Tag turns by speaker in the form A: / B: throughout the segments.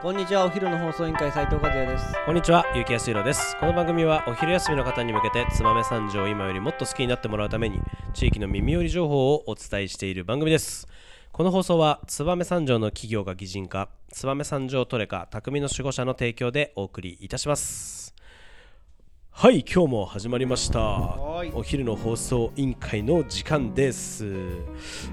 A: こんにちはお昼の放送委員会斉藤和也です
B: こんにちは、ゆうきやすいろです。この番組はお昼休みの方に向けて、つまめ三条を今よりもっと好きになってもらうために、地域の耳寄り情報をお伝えしている番組です。この放送は、つばめ三条の企業が擬人化、つばめ三条トレカ、匠の守護者の提供でお送りいたします。はい、今日も始まりました。
A: はーい
B: お昼の放送委員会の時間です。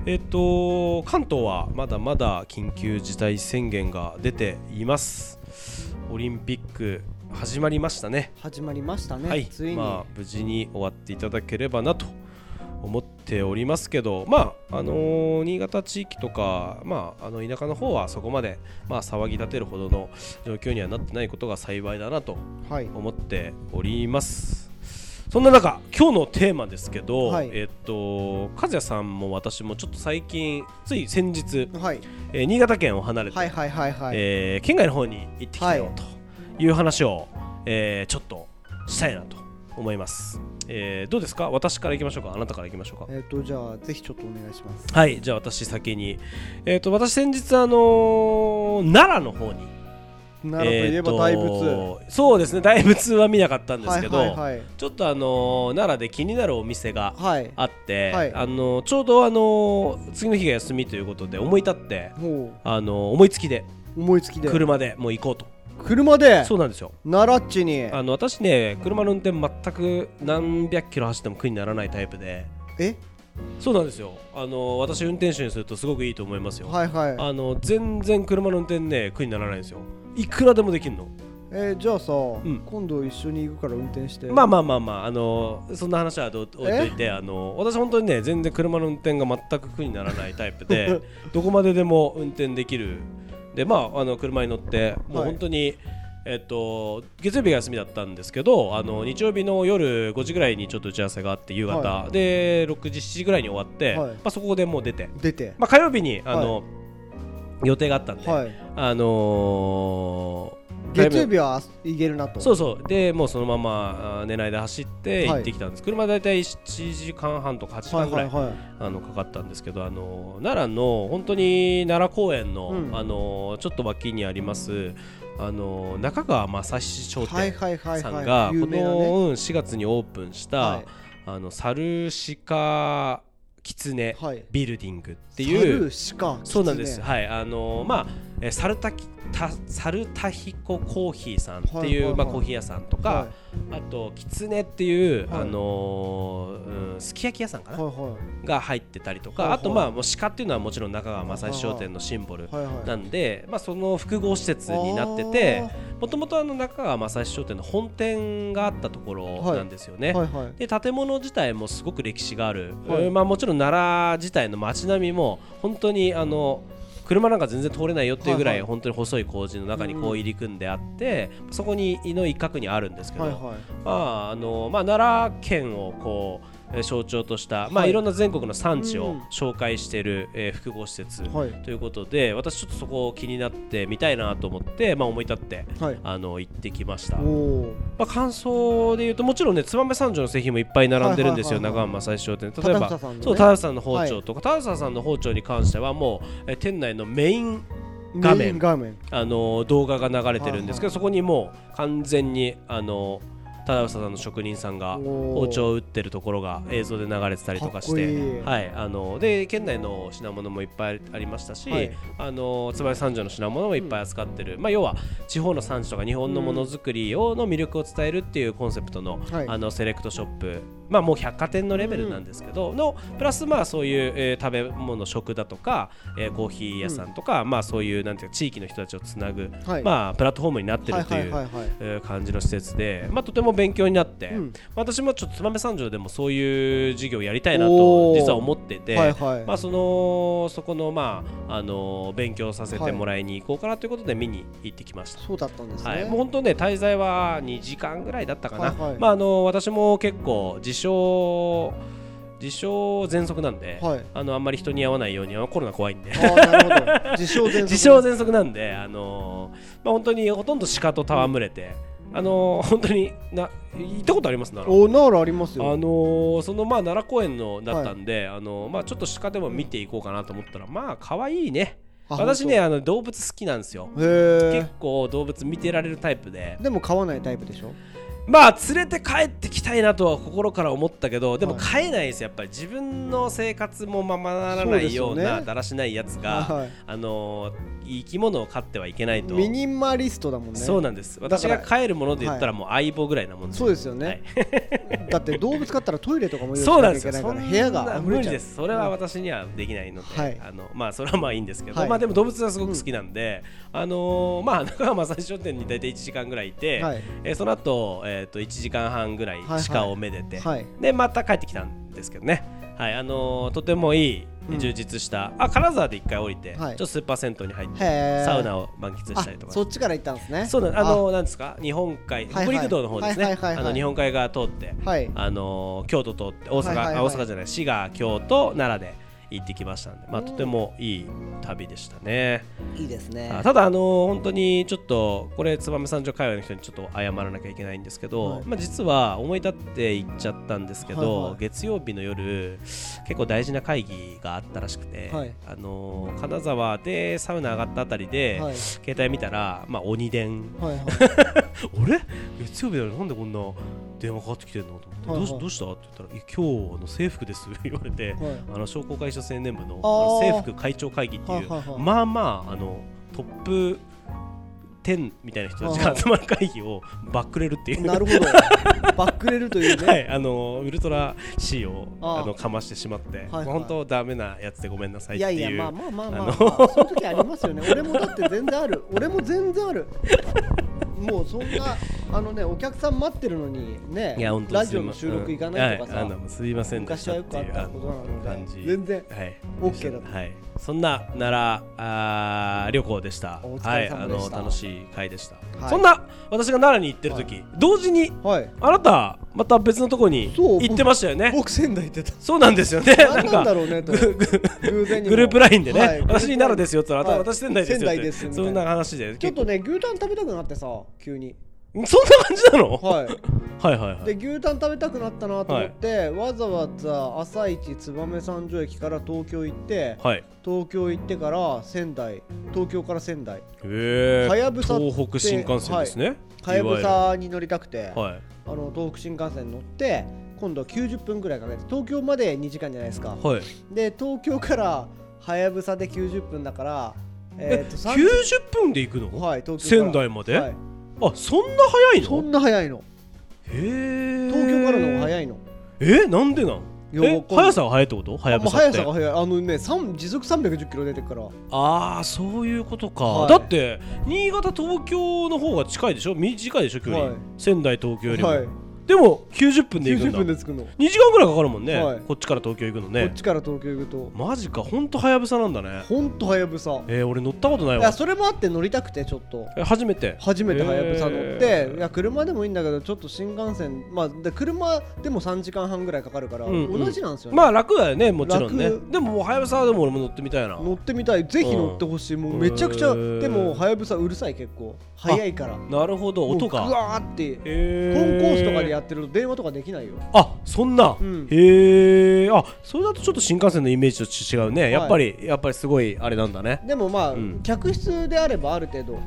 B: えっと、関東はまだまだ緊急事態宣言が出ています。オリンピック始まりましたね。
A: 始まりましたね、
B: はい、
A: ついに、
B: まあ、無事に終わっていただければなと思っておりますけど、まああのー新潟地域とか、まあ、あの田舎の方はそこまで、まあ、騒ぎ立てるほどの状況にはなってないことが幸いだなと
A: はい
B: 思っております。そんな中今日のテーマですけど、
A: はい
B: えっと和也さんも私もちょっと最近つい先日、
A: はい
B: えー新潟県を離れて、
A: はいはいはいはい、
B: えー県外の方に行ってきたよという話を、えーちょっとしたいなと思います、えーどうですか私から行きましょうかあなたから行きましょうか
A: えっ、とじゃあぜひちょっとお願いします
B: はいじゃあ私先にえっ、と私先日あのー奈良の方に
A: 奈良といえば大
B: えー
A: 仏、
B: とそうですね大仏は見なかったんですけど、
A: はいはい
B: ちょっとあのー奈良で気になるお店が
A: はいはい
B: あって、
A: はい
B: あのーちょうどあのー次の日が休みということで思い立って
A: ほ
B: あのー思いつきで
A: う思いつきで
B: 車でもう行こうと
A: 車で
B: そうなんですよ
A: 奈良っちに
B: あの私ね車の運転全く何百キロ走っても苦にならないタイプで
A: え
B: そうなんですよあの私運転手にするとすごくいいと思いますよ、
A: はいはい
B: あの全然車の運転ね苦にならないんですよいくらでもできるの
A: えー、じゃあさ、
B: ん
A: 今度一緒に行くから運転して
B: まあ
A: ま
B: まあまあまああのそんな話はどう置いといてあの私本当にね全然車の運転が全く苦にならないタイプ でどこまででも運転できるでまああの車に乗ってもう本当に、えっと、月曜日が休みだったんですけどあの日曜日の夜5時ぐらいにちょっと打ち合わせがあって夕方、
A: は
B: で6時7時ぐらいに終わって、
A: はい
B: まあ、そこでもう出て、
A: 出て
B: まあ、火曜日にあの、予定があったんで、
A: はい
B: あのー
A: 月曜日は行けるなと
B: そうそうでもうそのままあー寝ないで走って
A: はい
B: 行ってきたんです、車大体7時間半とか8時
A: は
B: 間
A: い
B: ぐ
A: は
B: らい、
A: いはい
B: あのかかったんですけどあの奈良の本当に奈良公園の,、
A: うん
B: あのちょっと脇にありますあの中川正七商
A: はい
B: 店
A: はいはい
B: さん
A: は
B: が
A: い
B: こ
A: 有
B: の
A: 名なね
B: うん4月にオープンした、
A: は
B: あの猿鹿狐
A: いはい
B: ビルディングって
A: サ
B: いう
A: ルシカ
B: そうなんで
A: キ
B: す、
A: ツネ
B: はいあのまあえーサルタキタサルタヒココーヒーさんって
A: はい
B: い
A: はいは
B: う、
A: い
B: まあ、コーヒー屋さんとか、
A: は
B: あとキツネっていう、
A: はい
B: あのーうんすき焼き屋さんか
A: い
B: な、
A: は
B: が入ってたりとか、
A: はいはい
B: あとまあもう鹿っていうのはもちろん中川正史商店のシンボル
A: いはいはい
B: なんで、まあ、その複合施設になっててもともと中川正史商店の本店があったところなんですよ
A: あ
B: ね。
A: ーはいはい
B: で建物自体もすごく歴史がある、
A: はい
B: うんまあ、もちろん奈良自体の街並みも本当にあの車なんか全然通れないよっていうぐら
A: はい
B: い
A: はい
B: 本当に細い工事の中にこう入り組んであって、そこにの一角にあるんですけど、
A: はいは
B: まああのまあ、奈良県をこうえー象徴とした、いまあ、
A: はい
B: いろんな全国の産地
A: う
B: を
A: ん
B: 紹介している、えー複合施設
A: いはい
B: ということで私ちょっとそこを気になってみたいなと思って、まあ、思い立って
A: はい
B: あの行ってきました。
A: おお
B: まあ、感想で言うともちろんね燕三条の製品もいっぱい並んでるんですよ、
A: はいはいはいはい
B: 長浜正史商店例えば
A: 田さんのね
B: そう田辺さんの包丁とか、田辺さんの包丁に関してはもうえ店内のメイン画面
A: メイン画面
B: あの動画が流れてるんです
A: はいは
B: けど、
A: い
B: そこにもう完全にあの田辺さんの職人さんが
A: おー
B: 包丁を打ってるところが映像で流れてたりとかして
A: かっこいい
B: はい、あので県内の品物もいっぱいありましたし、
A: はい
B: あの燕三条の品物もいっぱい扱ってる、まあ、要は地方の産地とか日本のものづくりをの魅力を伝えるっていうコンセプトの,、
A: はい
B: あのセレクトショップ、まあ、もう百貨店のレベルなんですけど、のプラスまあそういう、えー食べ物食だとか、えーコーヒー屋さんとか、まあ、そういうなんていうか地域の人たちをつなぐ、
A: はい
B: まあ、プラットフォームになって
A: は
B: る
A: い
B: と
A: はいいうはいはい
B: えー感じの施設で、まあ、とても勉強になって、
A: うん
B: 私もちょっと燕三条でもそういう事業やりたいなと
A: おー
B: 実は思ってて、
A: はいはい
B: まあ、そのそこの、まああのー勉強させてもらいに行こうかなということで見に行ってきました。
A: そうだったんですね
B: はい、もう本当ね滞在は2時間ぐらいだったかな、
A: はいはい
B: まああの私も結構自称自称喘息なんで、
A: はい
B: あのあんまり人に会わないようにあのコロナ怖いんで
A: あーなるほど 自称全
B: 自称喘息なんで、あのーまあ、本当にほとんど鹿と戯れて、あのー本当にな行ったことありますな
A: おならあります
B: あ
A: よ
B: のーそのまあ奈良公園のだったんで、あのーまあ、ちょっと鹿でも見ていこうかなと思ったら、まあ可愛いね、
A: あ
B: 私ね
A: 本
B: あの動物好きなんですよ
A: 当へ
B: 結
A: え
B: 構動物見てられるタイプで
A: でも飼わないタイプでしょ
B: まあ連れて帰ってきたいなとは心から思ったけどでも
A: はい
B: 飼えないですやっぱり自分の生活もままなら
A: そう
B: な
A: で
B: い
A: す
B: よ
A: よ
B: う
A: ね
B: なだらしないやつ が、
A: はい
B: あのー生き物を飼ってはいけないと
A: ミニマリストだもんね
B: そうなんです私が飼えるもので言ったらもう相棒ぐらいなもん
A: そうですよね、
B: はい
A: だって動物飼ったらトイレとかも用意し
B: そうな
A: なんきゃ
B: で
A: い
B: す
A: け
B: よ。
A: ないから
B: そんな
A: 部屋が溢
B: 無
A: れち
B: 理
A: ゃう
B: です。それは私にはできないので、
A: はい
B: あのまあそれはまあいいんですけど、
A: はい
B: まあでも動物はすごく好きなんで、あのーまあ中川正史商店に大体1時間ぐらいいて、
A: はい
B: えーその後えっ、と1時間半ぐらい
A: いはい
B: 鹿をめでて、
A: はい
B: でまた帰ってきたんですけどね。はいあのーとてもいい
A: うん
B: 充実した、あ金沢で一回降りて、
A: はい
B: ちょっとスーパー銭湯に入って
A: へえ
B: サウナを満喫したり
A: あ
B: とかね。
A: そっちから行ったんですね
B: そうなんあのーなんですか日本海
A: はいはい
B: 北陸道の方です
A: は
B: ね
A: いはいはい
B: あ
A: はい
B: の日本海側通って
A: あはい
B: あのー京都通って大阪、
A: はいはいはい
B: あ大阪じゃない滋賀京都奈良で行ってきましたんで、まあ、とてもいい旅でしたね、
A: いいですね
B: あただあのー本当にちょっとこれ燕三条界隈の人にちょっと謝らなきゃいけないんですけど、
A: はい
B: まあ、実は思い立って行っちゃったんですけど、
A: はいはい
B: 月曜日の夜結構大事な会議があったらしくて、
A: はい
B: あのー金沢でサウナ上がったあたりで、
A: はい
B: 携帯見たら、まあ、鬼伝
A: はいはい
B: あれ月曜日だよなんでこんな電話かかってきてんのと思って、
A: はいはい
B: どうしどうしたって言ったらいや今日あの制服です 言われ
A: は
B: て、
A: い
B: あの商工会所青年部の
A: あー
B: あの制服会長会議っていう、
A: はいはいはい
B: まあまああのトップ10みたいな人たちが集まる会議をバックレる っていう
A: なるほどバックレるというね、
B: はい、あのウルトラ C を
A: あ
B: あ
A: ー
B: のかましてしまって、
A: はい
B: 本当ダメなやつでごめんなさいっ
A: い
B: て
A: や
B: いう
A: いやまあまあまあまあ、
B: あの
A: まあ、そういう時ありますよね俺もだって全然ある俺も全然あるもうそんなあのねお客さん待ってるのにね
B: いや本当
A: ラ
B: す
A: ジ
B: い
A: オ
B: ま
A: の収録行かないとかさ、
B: はいあのすいませんで
A: 昔
B: した
A: は
B: っ
A: よ
B: て
A: くあ
B: い
A: っ
B: うあ
A: た
B: の
A: ことなので
B: 感じ
A: 全然
B: はい、
A: OK だった
B: はい、そんな奈良あー旅行でした
A: お疲れ様でした
B: はい、あの楽しい回でした、
A: はい
B: そんな私が奈良に行ってる時、同時に
A: はい
B: あなたまた別のとこに
A: そう
B: 行ってましたよね
A: 僕仙台行ってた
B: そうなんですよね
A: 何なんだろうねと偶然にも
B: グループラインでね、
A: はい
B: 私に奈良ですよって言ったら、
A: はい
B: 私仙台ですよって
A: 仙台ですみたいな
B: そ
A: ん
B: な話で
A: ちょっと
B: ね
A: ね牛タン食べたくなってさ急に
B: そんな感じなの、
A: はい
B: はい、はいはい
A: で牛タン食べたくなったなと思って、わざわざ朝一燕三条駅から東京行って
B: はい
A: 東京行ってから仙台東京から仙台
B: へえ
A: はやぶさって
B: 東北新幹線ですね、
A: はやぶ
B: いわ
A: さに乗りたくて、
B: ゆるはい
A: あの東北新幹線に乗って今度は90分ぐらいかけて東京まで2時間じゃないですか
B: はい
A: で東京からはやぶさで90分だからえっ、と
B: 90
A: 三十
B: 分で行くの、
A: はい東京から
B: 仙台まで
A: はい、
B: あそんな早いの
A: そんな早いの
B: へえ
A: 東京からの方が
B: い
A: 早いの
B: えなんでなん
A: いや
B: え
A: わかんない
B: 速さが速いってこと
A: あ
B: 速
A: もう
B: ぶさ
A: 速
B: って
A: さが速いあのね三時速310キロ出てるから
B: ああそういうことか、
A: はい
B: だって新潟東京の方が近いでしょ短いでしょ距離、
A: はい
B: 仙台東京よりも、
A: はい
B: でも90分で行
A: 90
B: くんだ
A: 分で着くの、こ
B: 2時間ぐらいかかるもんね、
A: はい
B: こっちから東京行くの
A: っ
B: ね
A: ちから東京行くと
B: マジかほんとはやぶさなんだね
A: ほんとはやぶさ
B: えー、俺乗ったことない
A: いや
B: わ
A: それもあって乗りたくてちょっと
B: え初めて
A: 初めてはやぶさ乗って、
B: へー
A: いや車でもいいんだけどちょっと新幹線まあで車でも3時間半ぐらいかかるから、
B: うんうん
A: 同じなんですよね、
B: まあ楽だよねもちろんね
A: 楽
B: でももうはやぶさでも俺も乗ってみたいな
A: 乗ってみたいぜひ乗ってほしい、もうめちゃくち
B: へ
A: ゃ
B: ー
A: でもはやぶさうるさい結構早いから
B: なるほど音
A: もうぐ
B: が
A: わーってコ
B: へ
A: ンコ
B: ー
A: ースとかでやってると電話とかできないよ
B: あそんな、
A: うん
B: へえあそれだとちょっと新幹線のイメージと違うね、
A: い
B: やっぱりやっぱりすごいあれなんだね
A: でもまあ、
B: うん
A: 客室であればある程度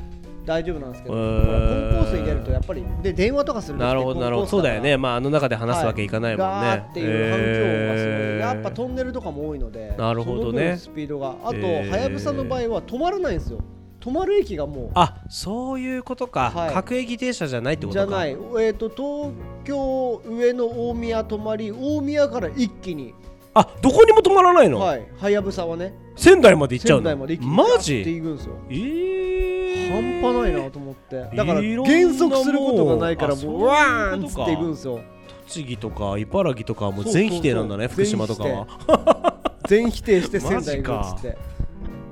A: 大丈夫なんですけど、
B: へ
A: コン
B: ー
A: コースに出るとやっぱりで電話とかすると
B: なるほどなるほどそうだよねまああの中で話すわけいかないもんね、
A: ガーっていう環境がすごい、やっぱトンネルとかも多いので
B: なるほ
A: その
B: どね
A: 分スピードがあと、
B: へー
A: はやぶさの場合は止まらないんですよ止まる駅がも
B: あそういうことか、
A: はい
B: 各駅停車じゃないって
A: う
B: こと
A: じ
B: か
A: ゃないえっ、と東京上の大宮止まり大宮から一気に
B: あどこにも止まらないの、
A: はいはやぶさはね
B: 仙台まで行っちゃう
A: 仙
B: の
A: 台まで一気に
B: マ
A: ガーって
B: ジ
A: いくんですよ
B: えー、
A: 半端ないなと思ってだから
B: いろんな
A: 減速することがないから
B: もん
A: もう
B: あ
A: わ
B: そういうことか
A: ーんっつっていくんですよ
B: 栃木とか茨城とかはもう
A: そう
B: 全否定なんだね
A: そうそう
B: 福島とかは
A: 全否定して仙台行くっつって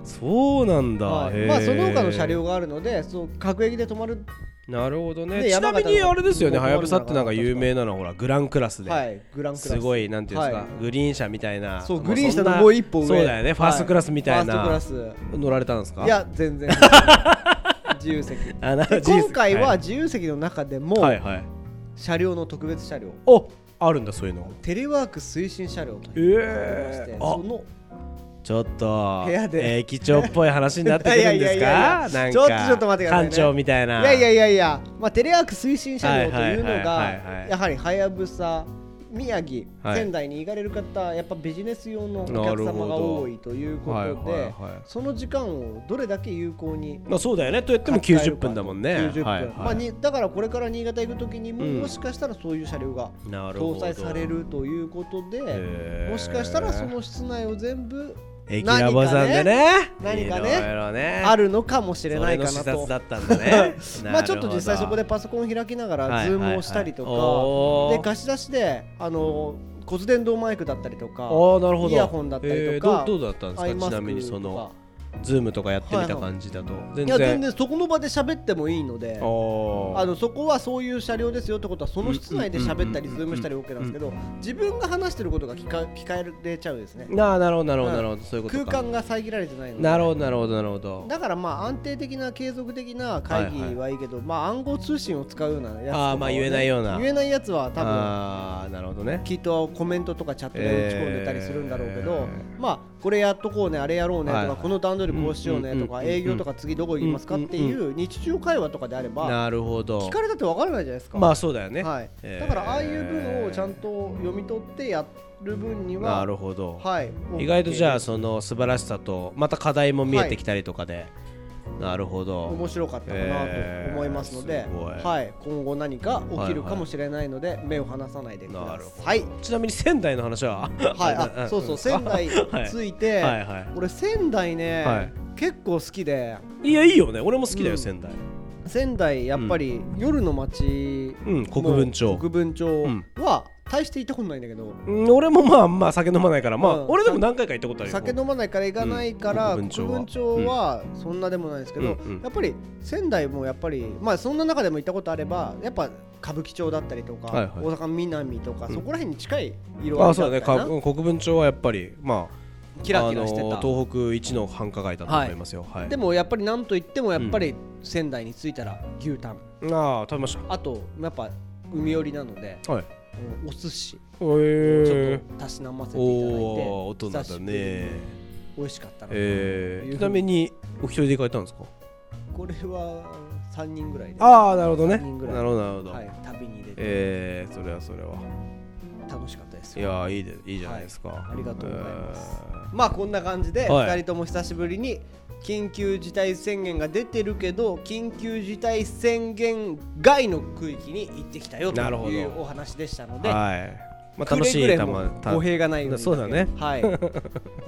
B: そうなんだ、
A: はい
B: へー
A: まあその他の車両があるのでそう各駅で止まる
B: なるほどね
A: で
B: ちなみ
A: 山
B: に
A: 形の
B: あれですよね
A: もう
B: はやぶさってなんか有名なのはほらグランクラスで、
A: はい、グランクラス
B: すごいなんていうんですか、
A: は
B: グリーン車みたいな
A: そう
B: まあ
A: グリーン車
B: そんな
A: のもう一歩上
B: そうだよねファーストクラスみたいな、
A: はファーストクラ
B: 乗られたんですか
A: スいや全 然自由席
B: あな
A: で今回は
B: ジ
A: 自由席の中で
B: ー
A: も
B: ズはいはいはい
A: 車両の特別車両
B: おあるんだそういうの
A: テレワーク推進車両というのがありまし
B: え
A: て
B: ー、あ
A: その
B: ちょっと
A: 部屋で
B: 駅長っぽい話になってくるんで す
A: いや
B: か
A: いやいやいや
B: なんか
A: ちょっとちょっと待ってくださいね
B: 館長みたいない
A: やいやいやいや、まあ、テレワーク推進車両というの
B: はいはいはいはいは
A: が
B: い
A: やはりはやぶさ宮城、
B: はい
A: 仙台に行かれる方やっぱビジネス用のお
B: な
A: 客
B: るほ
A: 様が
B: ど
A: 多いということで、
B: はいはいはい
A: その時間をどれだけ有効に
B: まあそうだよねと言っても
A: 使える
B: 90
A: か
B: 分だもんね
A: 90分、
B: はいはい
A: まあ、にだからこれから新潟行く時にも、
B: うん
A: もしかしたらそういう車両が
B: なるほど
A: 搭載されるということで
B: へー
A: もしかしたらその室内を全部
B: 駅ラボさんでね
A: 何かね
B: いろいろね
A: あるのかもし
B: そ
A: れ
B: れ
A: ない
B: の
A: か
B: 視
A: な
B: 察
A: と
B: だ。ったんだね
A: まあちょっと実際そこで
B: パ
A: パソコン開きなが
B: は
A: ら
B: い
A: ズームをしたりと
B: はいはいお
A: か
B: ー
A: で貸し出しであの骨伝導マイクだったりとか
B: ああなるほど
A: イヤホンだったりとか
B: えーどうどうだったん
A: アイ
B: で
A: マス
B: すかちな
A: ク
B: みにそ
A: と
B: の
A: か
B: ズームとかやってみた感じだと全
A: いや
B: 然
A: 全然そこの場で喋ってもいいので
B: あー
A: あのそこはそういう車両ですよってことはその室内で喋ったり
B: うん
A: ズームしたり OK なんですけど自分が話してることが聞か聞かれちゃうですね
B: なあなるほどなるほど
A: うん
B: なるほどそういうこと
A: 空
B: か
A: 間が遮られてないので
B: なるほどなるほどなるほど
A: だからまあ安定的な継続的な会議はいいけど、まあ暗号通信を使うようなやつとかは
B: あーまあ言えないような
A: 言えないやつは多分
B: ああなるほどね
A: きっとコメントとかチャットで打ち込んでたりするんだろうけど、
B: え
A: まあこれやっとこうねあれやろうねとか、
B: はいはい
A: この段取りこうしようねとか、
B: うんうんうんうん
A: 営業とか次どこ行きますかっていう日常会話とかであれば
B: なるほど
A: 聞かれたってわからないじゃないですか、
B: まあそうだよね
A: はい
B: えー
A: だからああいう文をちゃんと読み取ってやる分には
B: なるほど
A: はい、
B: 意外とじゃあ
A: OK
B: その素晴らしさとまた課題も見えてきたりとかでなるほど
A: 面白かったかなと思いますので
B: え、ーすごい
A: はい、今後何か起きる
B: はいはい
A: かもしれないので、目を離さないでく
B: な
A: だ
B: るほ
A: さい。
B: ちなみに仙台の話は
A: はい、あそうそう仙台
B: はい
A: ついて、
B: はいは
A: 俺仙台ね、
B: はい
A: 結構好きで
B: いいやいいよね俺も好き
A: う
B: だよ
A: ん
B: 仙台
A: 仙台やっぱり夜の街、
B: うん国分町
A: 国分町
B: うん
A: は大して行ったことないんだけど、
B: うん俺もまあまあ酒飲まないからまあ
A: うん
B: 俺でも何回か行ったことあるよ
A: 酒飲まないから行かないから、
B: うん
A: 国
B: 国
A: 分
B: 分
A: 町
B: 町
A: はそんなでもないんですけど、
B: うんうん
A: やっぱり仙台もやっぱりまあそんな中でも行ったことあればやっぱ歌舞伎町だったりとか、
B: はいはい
A: 大阪南とか、
B: うん
A: そこら辺に近い色合
B: あ
A: い
B: そ
A: だ
B: う
A: った
B: だね
A: りな、
B: か国分町はやっぱりまあ
A: キラキラしてた、
B: あの東北一の繁華街だと思いますよはい
A: でもやっぱりなんといってもやっぱり仙台に着いたら牛タン
B: ああ食べまし
A: あとやっぱ海寄りなので、
B: たはい
A: うんお寿司
B: え
A: ちょっ
B: ー
A: とたしなませていただいて、
B: おお大人だ
A: 久しぶりに
B: ね
A: 美味しかったな、
B: え
A: いう
B: ーちなみにお一人で行かれたんですか
A: これは3人ぐらいで、
B: ああなるほどね
A: 三人ぐらい
B: なるほどなるほど
A: はい、旅に出て
B: えーそれはそれは
A: 楽しかったです
B: い
A: よ
B: やーいいでいいじゃないですか、
A: ありがとうございます
B: えー
A: まあこんな感じで
B: はい
A: 2人とも久しぶりに緊急事態宣言が出てるけど緊急事態宣言外の区域に行ってきたよと
B: なるほ
A: いう
B: ど
A: お話でしたので
B: はい。まあ、
A: く
B: 楽
A: れ
B: し
A: ぐ
B: い
A: れ
B: た
A: も
B: また
A: 語弊がないように
B: そうだね
A: はいお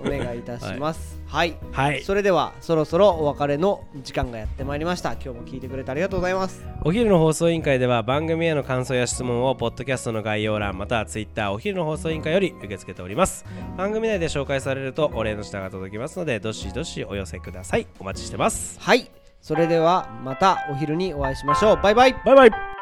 A: 願いいたしますはい、
B: はい。
A: それではそろそろお別れの時間がやってまいりました今日も聞いてくれてありがとうございます
B: お昼の放送委員会では番組への感想や質問をポッドキャストの概要欄またはツイッターお昼の放送委員会より受け付けております。番組内で紹介されるとお礼の品が届きますのでどしどしお寄せください。お待ちしてます。
A: はいそれではまたお昼にお会いしましょうバイバイ
B: バイバイ。